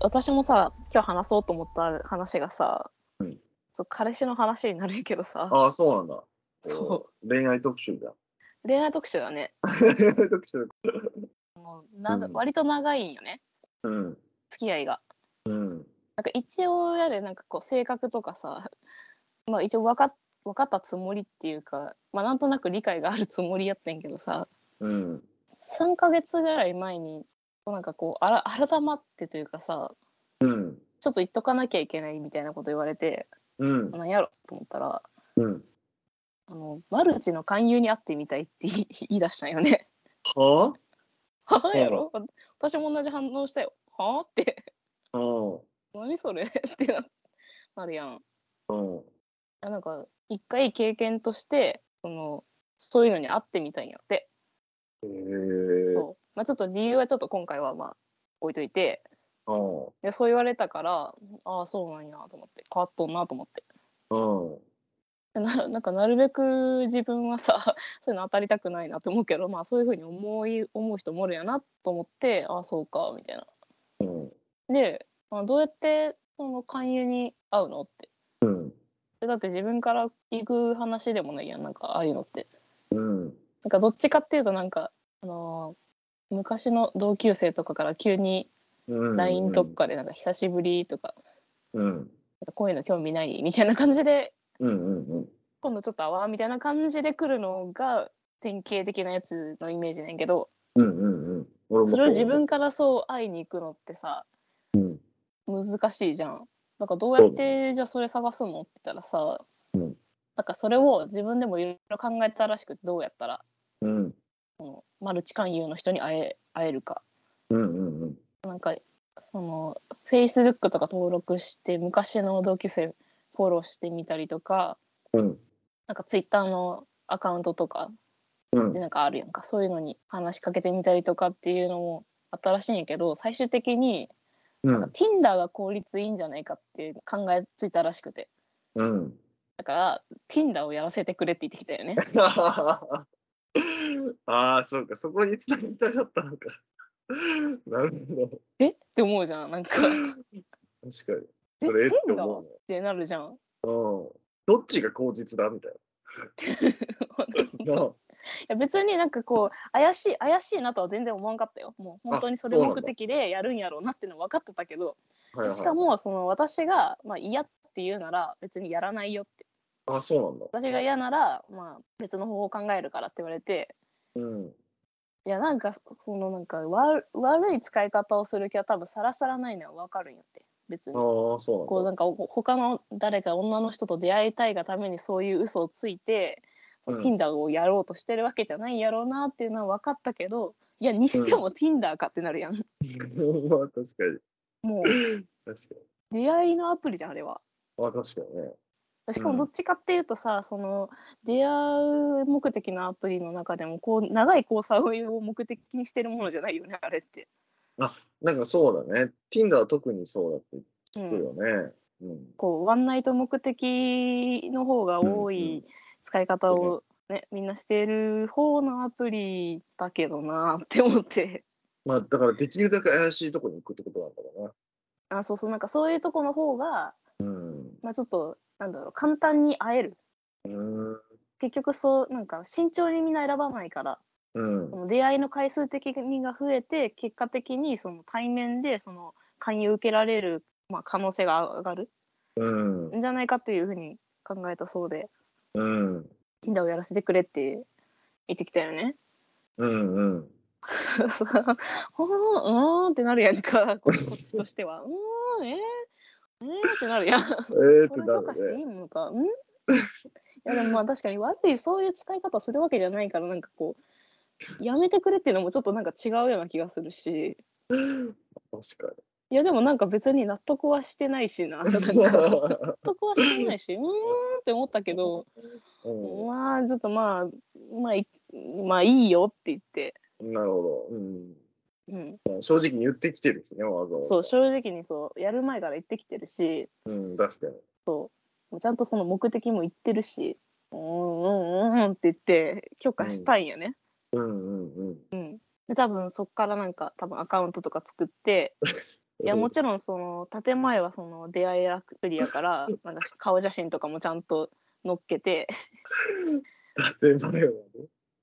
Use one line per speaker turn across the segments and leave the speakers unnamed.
私もさ今日話そうと思った話がさ、
うん
そう彼氏の話になるけどさ
ああ、そうなんだ。
そ
お恋愛特集だ。
う恋愛特集だね
恋愛特集。
もうな、
うん
割と長いんよね
うん。
付き合いが
うん。
なんか一応やでなんかこう性格とかさまあ一応分か分かったつもりっていうか、まあ、なんとなく理解があるつもりやってんけどさ
うん。
3ヶ月ぐらい前になんかこうあら改まってというかさ
うん。
ちょっと言っとかなきゃいけないみたいなこと言われて
うん。
なんやろと思ったら
うん。
あのマルチの勧誘に会ってみたいって言い言い出したんよね。
は
はあやろ私も同じ反応したよ。はあって
あうん。
何それってななるやん。
うん。
あなんか一回経験としてそのそういうのに会ってみたいんやって、
へえ。
そうまあ、ちょっと理由はちょっと今回はまあ置いといて
うん。
でそう言われたからああそうなんやと思って変わっとんなと思って
うん。
で ななんかなるべく自分はさ そういうの当たりたくないなと思うけど、まあ、そういうふうに思い思う人もおるやなと思ってああそうかみたいな。
うん。
で、まあ、どうやってその勧誘に会うのって
うん。
でだって自分から行く話でもないやんなんかああいうのって。
うん。
なんかどっちかっていうとなんか、あのー昔の同級生とかから急に
うん
LINE と。かでなんか久しぶりとか,、
うん。
なんかこういうの興味ないみたいな感じで
うん。うん。うん。
今度ちょっと会わんみたいな感じで来るのが典型的なやつのイメージなんやけど
うん。うん。うん。俺も
それを自分からそう会いに行くのってさ、難しいじゃん。なんかどうやってじゃあそれ探すのって言ったらさ、
うん
なんかそれを自分でもいろいろ考えたらしくてどうやったら
うん。
マルチ勧誘の人に会え会えるか。
うん。うん。うん。
そのフェイスブックとか登録して昔の同級生フォローしてみたりとか
うん。
なんかツイッターのアカウントとか
うん
で。なんかあるやんかそういうのに話しかけてみたりとかっていうのもあったらしいんやけど最終的に
うん。
Tinder が効率いいんじゃないかって考えついたらしくて
うん。
だから Tinder をやらせてくれって言ってきたよ ね
ああ、そうか、そこに繋ぎたかったのか。なるほど。
えって思うじゃんなん か
確かに。
え
それって
Tinder っ
思
てなるじゃん
うの。うん。どっちが口実だみたいな。
い
なあ
や別になんかこう怪しい怪しいなとは全然思わんかったよもう本当にそれ
あそうなんだ
目的でやるんやろうなっていうのは分かってたけど
はいはい
しかもその私が、まあ、嫌って言うなら別にやらないよって
あ、そうなんだ。
私が嫌なら、まあ、別の方法を考えるからって言われて
うん。
いやなんかそのなんか悪悪い使い方をする気は多分さらさらないのは分かるんやって別に
ああ、
こ
そう
うなん
なだ。
んかお他の誰か女の人と出会いたいがためにそういう嘘をついて、その
うん
Tinder をやろうとしてるわけじゃないんやろうなっていうのは分かったけどいやにしても Tinder かってなるやん、
まあ、確かに。
もう
確かに。
出会いのアプリじゃんあれは。
あ、確かにね。
しかもどっちかっていうとさ、その出会う目的のアプリの中でもこう長い交際を目的にしてるものじゃないよねあれって。
なんかそうだね。Tinder は特にそうだって
う
聞く
ん、
よね。うん。
こうワンナイト目的の方が多
うんう
い使い方を、ねみんなしてる方のアプリだけどなって思って
まあ、だからできるだけ怪しいとこに行くってことなんだろ
あそうそうなんかそういうとこの方が、
うな。うん。
まあ、ちょっとなんだろう簡単に会える
うん。
結局そうなんか慎重にみんな選ばないから
うん
そ。の出会いの回数的にが増えて結果的にその対面でその勧誘受けられる、まあ、可能性が上がる
うん。
んじゃないかっていうふうに考えたそうで
うん。
Tinder をやらせてくれって言ってきたよね。
うんうん。
うーんってなるやんかここっちとしては。うーんえー、えー、ってなるやん。
え ーっ
こ
て
れ
な
許可して
る
い
ね。
いのか。うんいやでもまあ確かに悪いそういう使い方するわけじゃないからなんかこうやめてくれっていうのもちょっとなんか違うような気がするし。
確
いやでもなんか別に納得はしてないしななん か
かに。
納得はしてないしうーんって思ったけど
う
まあちょっとまあまあいまあいいよって言って、
ん、なるほど、う
うん、
ん。正直に言ってきてるしね、わざわざ。
そう正直にそうやる前から言ってきてるし
うん、確かに。
ちゃんとその目的も言ってるしうーんうんうんって言って許可したんやね、
うんうんうん。
で多分そっからなんか多分アカウントとか作っていやもちろんその建前はその出会いアプリやからなんか顔写真とかもちゃんと載っけて
だってそれはね。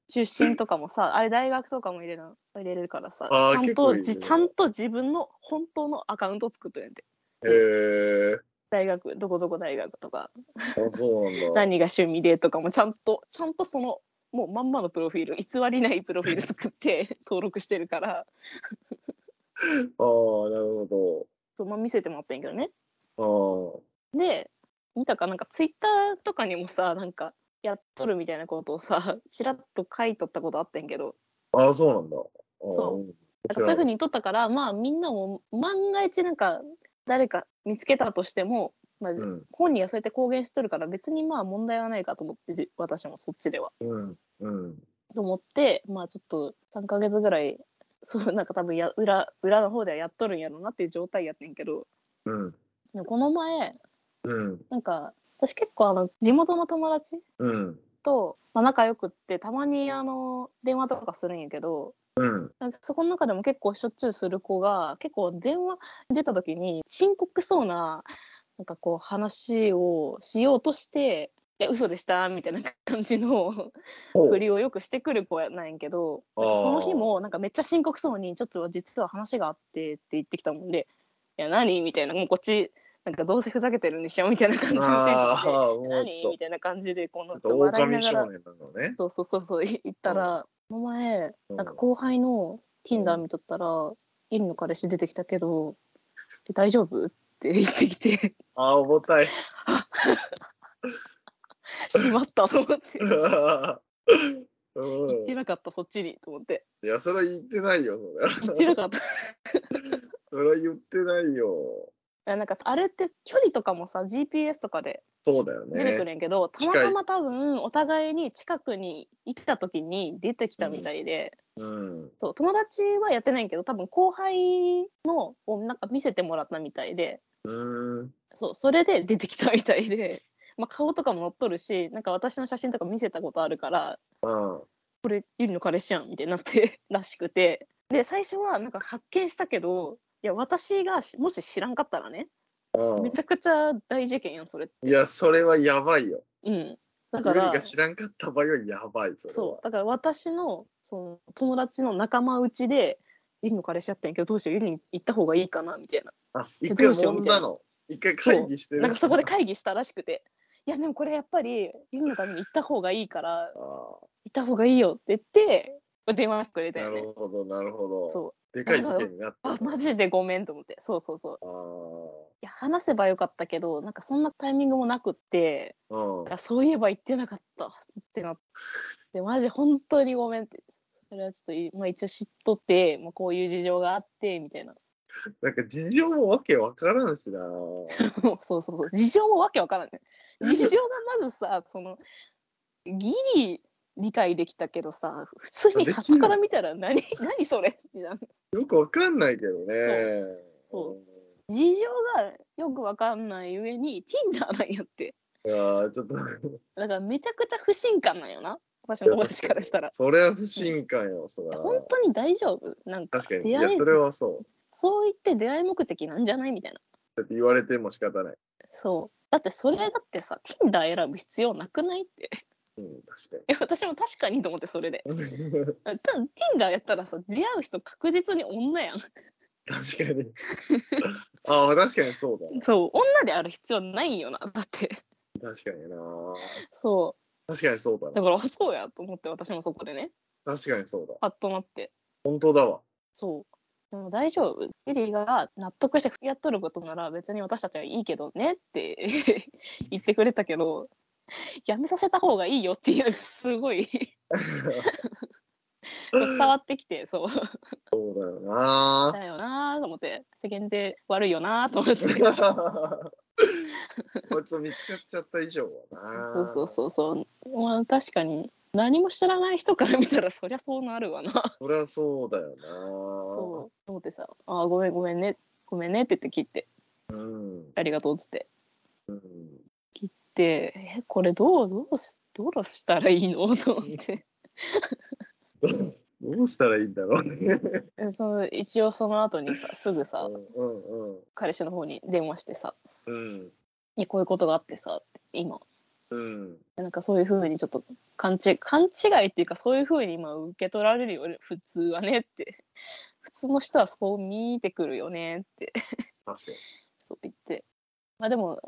出身とかも さあれ大学とかも入れな入れるからさ
あー
ちゃん
結構
と
入れる
じちゃんと自分の本当のアカウント作っとるんやて
へえ
大学どこどこ大学とか
ー。あ、そうなんだ。
何が趣味でとかもちゃんとちゃんとそのもうまんまのプロフィール偽りないプロフィール作って 登録してるから
ああ、なるほ
そう、まあ、見せてもらったんやけどね
ど。
で見たかなんかツイッターとかにもさなんかやっとるみたいなことをさちらっと書いとったことあったんやけど
ああ。ああ、そうなんだ。あー
そ
ん
なんかそういうふうに言っとったからまあみんなも万が一なんか誰か見つけたとしても、まあ、
うん。
本人がそうやって公言しとるから別にまあ問題はないかと思ってじ私もそっちでは。
うん。うん。
と思ってまあちょっと3ヶ月ぐらいそうなんか多分や裏裏の方ではやっとるんやろなっていう状態やってんけど
うん。
でもこの前
うん。
なんか私結構あの地元の友達
うん。
と、まあ、仲良くってたまにあの電話とかするんやけど
うん。
なんかそこの中でも結構しょっちゅうする子が結構電話出た時に深刻そうななんかこう話をしようとして「いや嘘でした」みたいな感じの振
ほう
りをよくしてくる子やなんやけど
あー
なんかその日もなんかめっちゃ深刻そうに「ちょっと実は話があって」って言ってきたもんで「いや何?」みたいなもうこっちなんかどうせふざけてるんでしょみたいな感じのテンシ
あ
ョンで
あ、も
「
うち
何?」
ょっ
みたいな感じでこの
と。オオカ
笑い
ミ
なが
少
ら
年なのね。
そうそうそうそう言ったら「この前
うん
なんか後輩の Tinder 見とったらイリの彼氏出てきたけどえ大丈夫?」って言ってき て
ああ、重たい。
しまったと思って
う
言
ん
ってなかったそっちにと思って
いや、それは言ってないよ、それは。
言ってなかった
それは言ってないよ。
いやなんかあれって距離とかもさ GPS とかで
そうだよ
出てくる
ね。
んやけど、たま
近い
たま多分お互いに近くに行った時に出てきたみたいで、
うん。
そう友達はやってないけど多分後輩のをなんか見せてもらったみたいで
うん。
そうそれで出てきたみたいで、 まあ、顔とかも載っとるしなんか私の写真とか見せたことあるから
うん。
これゆりの彼氏やんみたいになって らしくてで最初はなんか発見したけどいや私がしもし知らんかったらね
う
めちゃくちゃ大事件やんそれって
ん。いや、それはやばいよ。
うん、だ
ユ
か
リ
ら
が知らんかった場合はやばい、それ
そ
は
う。だから私のその友達の仲間内でゆりの彼氏やったんやけどどうしようゆりに行った方がいいかなみたいな
あ、一回
どうしよ
も
うんみた
ない
な
の。一回会議してる。
なんかそこで会議したらしくて「いやでもこれやっぱりゆりのために行った方がいいから
あ
行った方がいいよ」って言って電話してくれ
ー
た
な
よね
るほど、なるほど。
そ
でかい事件になっ
うあ
た。
マジでごめんと思ってそうそうそう
あ
いや話せばよかったけどなんかそんなタイミングもなくって
あ。うん
い。やそういえば言ってなかったってなってマジ本当にごめんってそれはちょっとい、まあ、一応知っとって、まあ、こういう事情があってみたいな
なんか事情もわけわからんしな。
そうそうそう事情もわけわからんね事情がまずさそのギリ理解できたけどさ普通に
できる
端から見たら何 何それみたいな
よくわかんないけどね。
そう
うん
事情がよくわかんない上に Tinder なんやって
いやーちょっと
だからめちゃくちゃ不信感なんよな私の友達からしたら
それは不信感よそれ
いや
は
本当に大丈夫なんか
確かにい
出会
や
え
それはそう
そう言って出会い目的なんじゃないみたいな
だって言われても仕方ない、
そうだってそれだってさ Tinder 選ぶ必要なくないって
うん、確
いや私も確かにと思ってそれで
かに
多分 Tinder やったらさ出会う人確実に女やん
確か にああ確かにそう
そう女である必要ないよなだって
だ確かにな
そ
確かにそうだ
うだ
な
からそうやと思って私もそこでね
確かにそうだ
パッとなって
本当だわ
そうでも大丈夫エリーが納得してやっとることなら別に私たちはいいけどねって言って くれたけどやめさせた方がいいよっていうすごい 伝わってきてそう
そうだよな
だよなーと思って世間で悪いよなーと思 って
こいつ見つかっちゃった以上は
そ
な
うそうそうそうまあ確かに何も知らない人から見たらそりゃそうなるわな
そりゃそうだよな
そうと思ってさ「あーごめんごめんねごめんね」って言って切って
ううん
「ありがとう」っつって
うん
切って「えこれどうどうしどうしたらいいの?」と思って
どうしたらいいんだろうね。
え その一応その後にさすぐさ
うんうん
彼氏の方に電話してさ
うん
「いやこういうことがあってさ」って今
うん
なんかそういうふうにちょっと勘違い勘違いっていうかそういうふうに今受け取られるよね普通はねって 普通の人はそう見てくるよねって
確かに。
そう言ってまあでも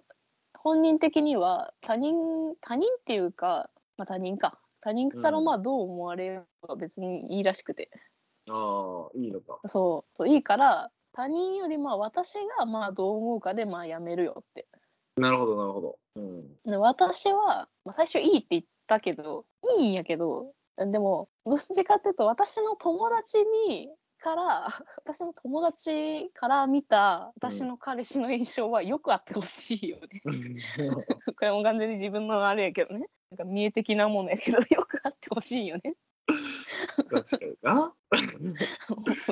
本人的には他人他人っていうか、まあ、他人か他人から
うん
まあどう思われるかは別にいいらしくて、
ああいいのか。
そうそういいから他人よりまあ私がまあどう思うかでまあやめるよって
なるほどなるほど。うん
で私は、まあ、最初いいって言ったけどいいんやけどでもどっちかっていうと私の友達にから 私の友達から見た私の彼氏の印象はよくあってほしいよね。 これも完全に自分のあれやけどねなんか見え的なものやけど よくあってほしいよね
確かにな。
め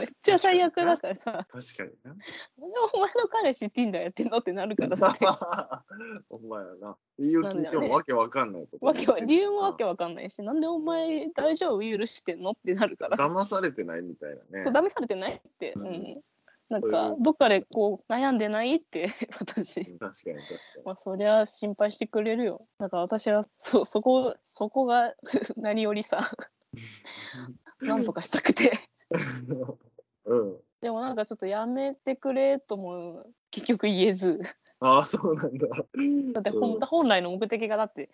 っちゃ最悪だからさ
確かにな。
「なんでお前の彼氏 Tinder やってんの?」ってなるから さ
お前やな。理由聞いてもわけわかんないこと
わ
言って
け
るし
わ理由もわけわかんないし「なんでお前大丈夫許してんの?」ってなるから
騙されてないみたいなね。
そう騙されてないって、うん
うん
なん
う
か
ん
どっかでこう悩んでないって 私
確かに確かに。
まあそりゃ心配してくれるよだから私はそそこそこが 何より さなんとかしたくて。
うん。
でもなんかちょっとやめてくれとも結局言えず
ああそうなんだ。
だって
う
本
ん
本来の目的がだって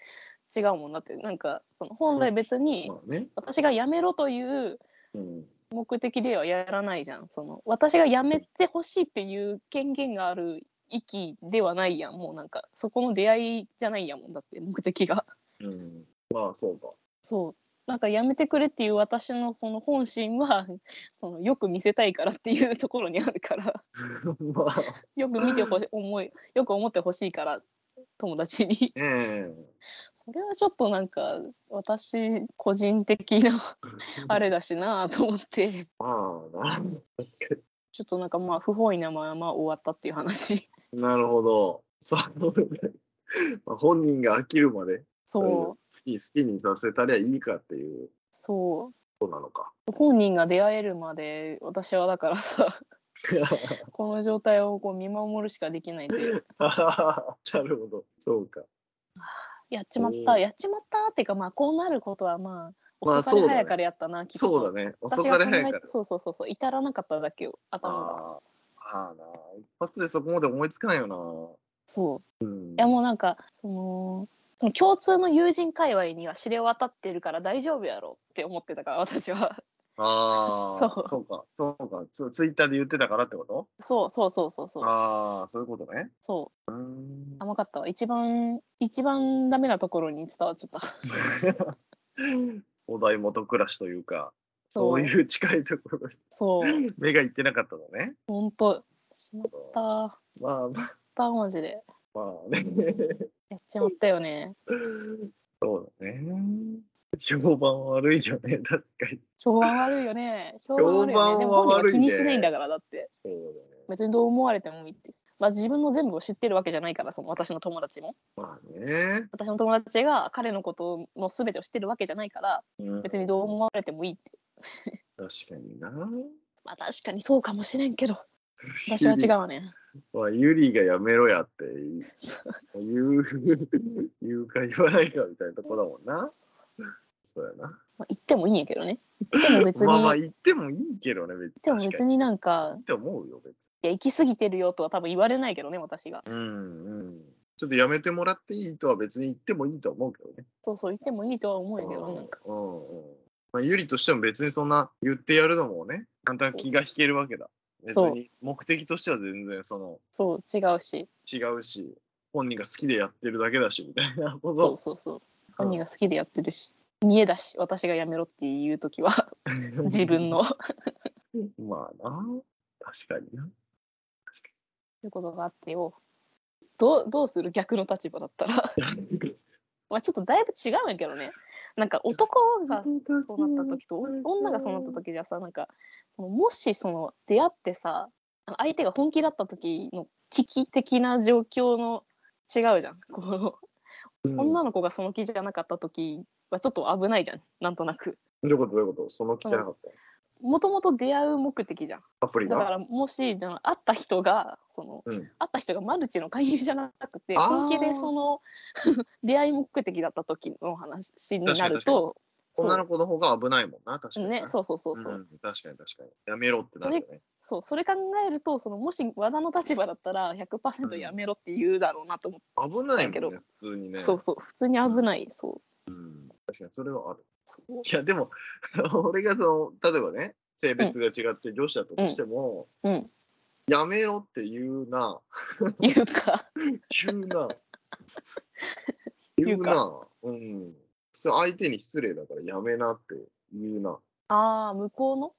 違うもんだってなんかその本来別に
まあね。
私がやめろという
うん。
目的ではやらないじゃんその私がやめてほしいっていう権限がある域ではないやんもうなんかそこの出会いじゃないやもんだって目的が
うん。まあそうか。
そうなんかやめてくれっていう私のその本心は そのよく見せたいからっていうところにあるから
まあ
よく見てほし思いよく思ってほしいから友達に
え
それはちょっとなんか私個人的な
え
あれだしなと思って
まあな
ちょっとなんかまあ不本意なまま終わったっていう話
なるほど。そうね。まあ本人が飽きるまで
そう
好き好きにさせたりゃいいかっていう
そ
ことなのか。
う本人が出会えるまで私はだからさ この状態をこう見守るしかできないという
なるほど。そうか。
やっちまっ
う
た
ん
やっちまったっていうかまあこうなることはまあ
まあ
遅かれ
そうだね
早かれやったな、きっと
そうだね。遅
私
か
は
れ
考
早い
え
から。
そうそうそうそう至らなかっただけよ頭が
ああああな。一発でそこまで思いつかないよ
そう
な。うん
いやもうなんかそのその共通の友人界隈には知れ渡ってるから大丈夫やろって思ってたから私は
ああ、
そう
そうか、そうかツ、ツイッターで言ってたからってこと
そうそうそうそうそう
ああ、そういうことね。
そう
ー
う
ん
甘かったわ一番一番ダメなところに伝わっちゃった
お題元暮らしというか、そう
う
いう近いところに
そう
目がいってなかったのね。
本当しまったやっ
まあまあ、
たマジで
まあね。
やっちまったよね
そうだね。評判悪いよね、確かに。
評判悪いよね評判悪いよねで
評
も
判
本人
は悪
はい
ね
気にしないんだからだって
そうだね。
別にどう思われてもいいってまあ自分の全部を知ってるわけじゃないからその私の友達も
まあね。
私の友達が彼のことの全てを知ってるわけじゃないから
うん、
別にどう思われてもいいって
確かにな。
まあ確かにそうかもしれんけど私は違うわね
まあ、ユリがやめろやって言う、 言うか言わないかみたいなとこだもんな。そうやな。
まあ言ってもいいんやけどね言っても別に、
まあまあ
言っ
言ってもいいけどね、別に。
ても別になんか
って思うよ、別
いや行き過ぎてるよとは多分言われないけどね私が
に。うんうん。ちょっとやめてもらっていいとは別に言ってもいいとは思うけどね。
そうそう言ってもいいとは思うんやけどなんか
うんうん。まあ、ユリとしても別にそんな言ってやるのもね、簡単に気が引けるわけだ。別
そう
に目的としては全然その
そう違うし
違うし、本人が好きでやってるだけだしみたいなこ
そう
と。
そうそう
うん
本人が好きでやってるし見えだし私がやめろっていう時は自分のっ
まあな、確かにな。
てことがあってよどうどうする逆の立場だったら まあちょっとだいぶ違うんやけどねなんか男がそうなった時とお女がそうなった時じゃさなんかそのもしその出会ってさあの相手が本気だった時の危機的な状況の違うじゃんこの
うん
女の子がその気じゃなかった時はちょっと危ないじゃんなんとなく
どういうことどういうことその聞けなかった、
もともと出会う目的じゃん
アプリ
だか
が。
らもしな会った人がその、
うん
会った人がマルチの勧誘じゃなくて
あー
本気でその 出会い目的だった時の話になると
女
そ
の子の方が危ないもんな、確か
う
にな。
ねそうそうそうそう、
ん確かに確かに。やめろってなるよね。
そうそれ考えるとそのもし和田の立場だったら
う
100%
ん
やめろって言うだろうなと思って、
危ない
だけ
も
ど
んね、普通にね。
そうそう普通に危ないそう
うん確かにそれはある。
そう
いや、でも、 俺がその、例えばね、性別が違って女子だったとしても、
うん
やめろって言うな、
いうか
言うな、
言
言
う
う
か
な、うん。普通相手に失礼だからやめなって言うな。
ああ向こうの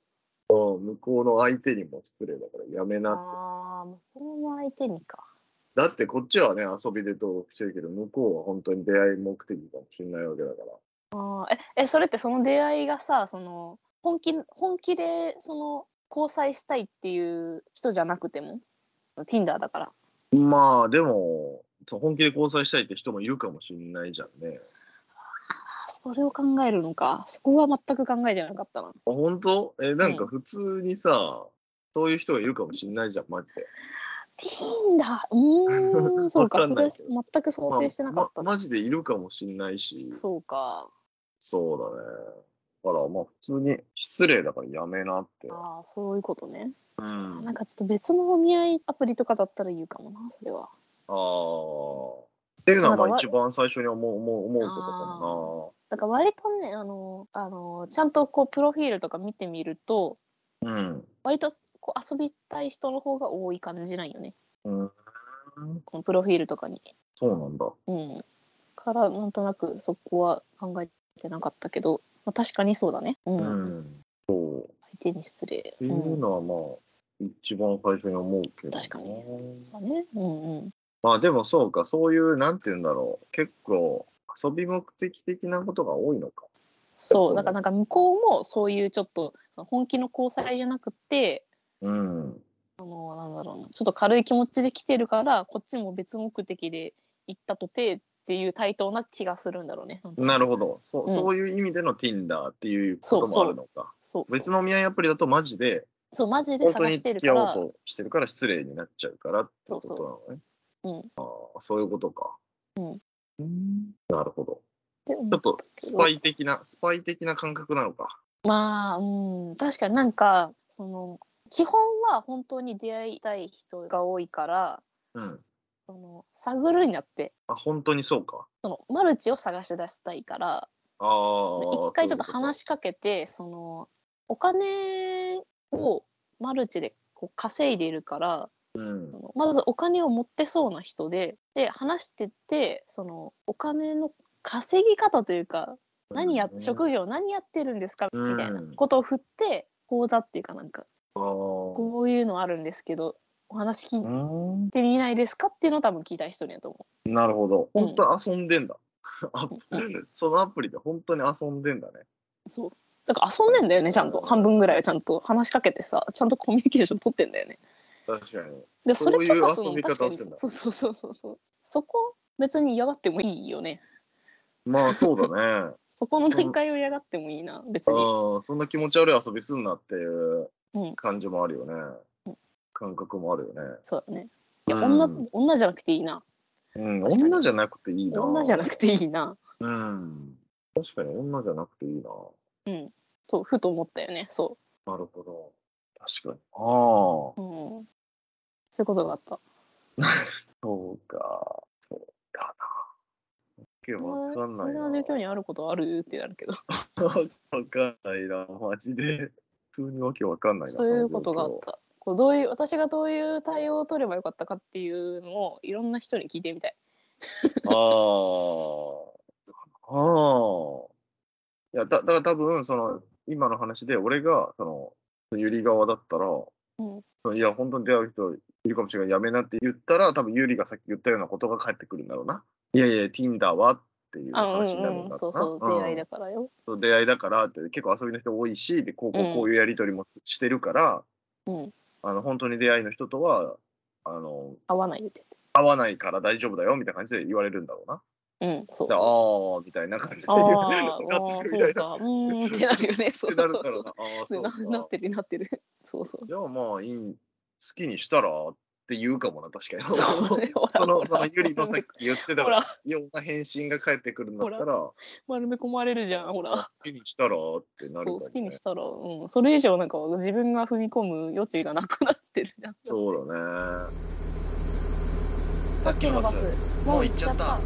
うん向こうの相手にも失礼だからやめなって。
ああ向こうの相手にか
だってこっちはね、遊びで登録してるけど、向こうは本当に出会い目的かもしれないわけだから。
あーええそれってその出会いがさその本気本気でその交際したいっていう人じゃなくても Tinder だから
まあ、でも、そう本気で交際したいって人もいるかもしれないじゃんね。
あそれを考えるのかそこは全く考えてなかったな
あ本当え、なんか普通にさ、そういう人がいるかもしれないじゃん、マジで。
Tinder うー んそうか
わか
そ
んな
れ
いけど
全く想定してなかった
ま
な
マジでいるかもしれないし、そう
そうか。
だね。だから、まあ普通に失礼だからやめなって。
ああ、そういうことね。
うん
なんかちょっと別のお見合いアプリとかだったら言うかもな、それは。
あーっていうのはまあ一番最初に思う思う思うこと
だから割とね、あの、あの、ちゃんとこう、プロフィールとか見てみると、
かもな。うん。
割とこう遊びたい人の方が多い感じなんよね。
うん、
このプロフィールとかに。
そうなんだ。
うん。から、なんとなくそこは考えてなかったけど、まあ、確かにそうだね。うん。
う
相
ん。そう。
手に失礼。
っていうのはまあ、一番最初に思うけどな。
確かにそうね。うんうん。
まあでもそうか、そういう、なんて言うんだろう、結構遊び目的的なことが多いのか。
そう、だからなんか向こうもそういうちょっとその本気の交際じゃなくて、
うん。
もうなんだろうな、ちょっと軽い気持ちで来てるから、こっちも別目的で行ったとてっていう対等な気がするんだろうね。
なるほ
ど。
ど。そう,、
うん
そういう意味での Tinder っていうこともあるのか。
そう。
別のお見合いアプリだとマジで、
そう、マジで
本当
探
に
して
付
る
き
か
合お
ら。
うとしてるから失礼になっちゃうからってことなのね。
そう
ああ、そういうことか。
うん
なるほど。
でも
ちょっとスパイ的な、スパイ的な感覚なのか。
まあ、うん、確かになんか、その、基本は本当に出会いたい人が多いから、
うん。
その、探るになって、
あ、本当にそうか。
その、マルチを探し出したいから、
ああ。
一回ちょっと
そういうこ
話しかけてそのお金をマルチでこう稼いでいるから
うん
そ。のまずお金を持ってそうな人でで話してってそのお金の稼ぎ方というか何や、職業何やってるんですかみ
うん
たいなことを振って講座っていうかなんか
あー
こういうのあるんですけどお話聞
う
い
ーん
てみないですかっていうのを多分聞いた人やと思
なるほど。
うん
本当に遊んでんだ。あそのアプリで本当に遊んでんだね。
うそうだから遊んでんだよねちゃんと半分ぐらいはちゃんと話しかけてさちゃんとコミュニケーション取ってんだよね
確かに。
で
そ
そう
い
れ
う
とかそ
遊
の
び
確
方
か
を
に
してんだ
そうそうそうそうそうそこ別に嫌がってもいいよね
まあそうだね。
そこの展開を嫌がってもいいな別
あ
に
ーそんな気持ち悪い遊びすんなっていう
うん
感じもあるよね。感覚もあるよね。
そうだねいや、
うん
女女じゃなくていいな
うん、
確かに
女じゃなくていいな。
女じゃ
な
なくていいな
うん。確かに女じゃなくていいな。
とふと思ったよねそ
なるほど。確かに。ああ。
う、うん、そういうことがあった
そうか。そうだな。わけわかん
そ
ない
ん
な。
な状況にあることあるってなるけど
わかんないな、マジで。普通にわけわかんないな。
そういうことがあっ
そ
たこうどういう私がどういう対応を取ればよかったかっていうのをいろんな人に聞いてみたい
の状況。ああ。ああ。いや、だだから多分、その、今の話で、俺が、その、ゆり側だったら、
ん
いや、本当に出会う人いるかもしれない、やめなって言ったら、多分ゆりがさっき言ったようなことが返ってくるんだろうな。いやいや、Tinder はっていう
あうん
話になるん
うん
だ
そ
ろ
うそうう
な。
出会い
うん
だからよ
そう出会いだからって、結構遊びの人多いし、でこうこ
う
うんこういうやりとりもしてるから、
うん
あの本当に出会いの人とはあの
合わないでて
合わないから大丈夫だよみたいな感じで言われるんだろうな。
うん、そう
で。あーみたいな感じで
あ
言う
あー、
な
あー
っ
そう
てるみたいな
か。うーんってなるよね。そう
ってな
そう
るから
そ
な
う。
あー
で
そう
な
か
なってるなってる。そうそう。
じゃあまあいい好きにしたらって言うかもな確かに
そうね。ほら
その
ほ
その
ら
ゆりのさっき言ってた
ほら、
いろんな返信が返ってくるんだった
ほ
ら
丸め込まれるじゃん、ほら
好。きにしたらってなる
そ
かも
う、
ね
好きにしたら、うん、それ以上なんか自分が踏み込む余地がなくなってるじゃん。
そうだね
さっきのバスもう行っちゃった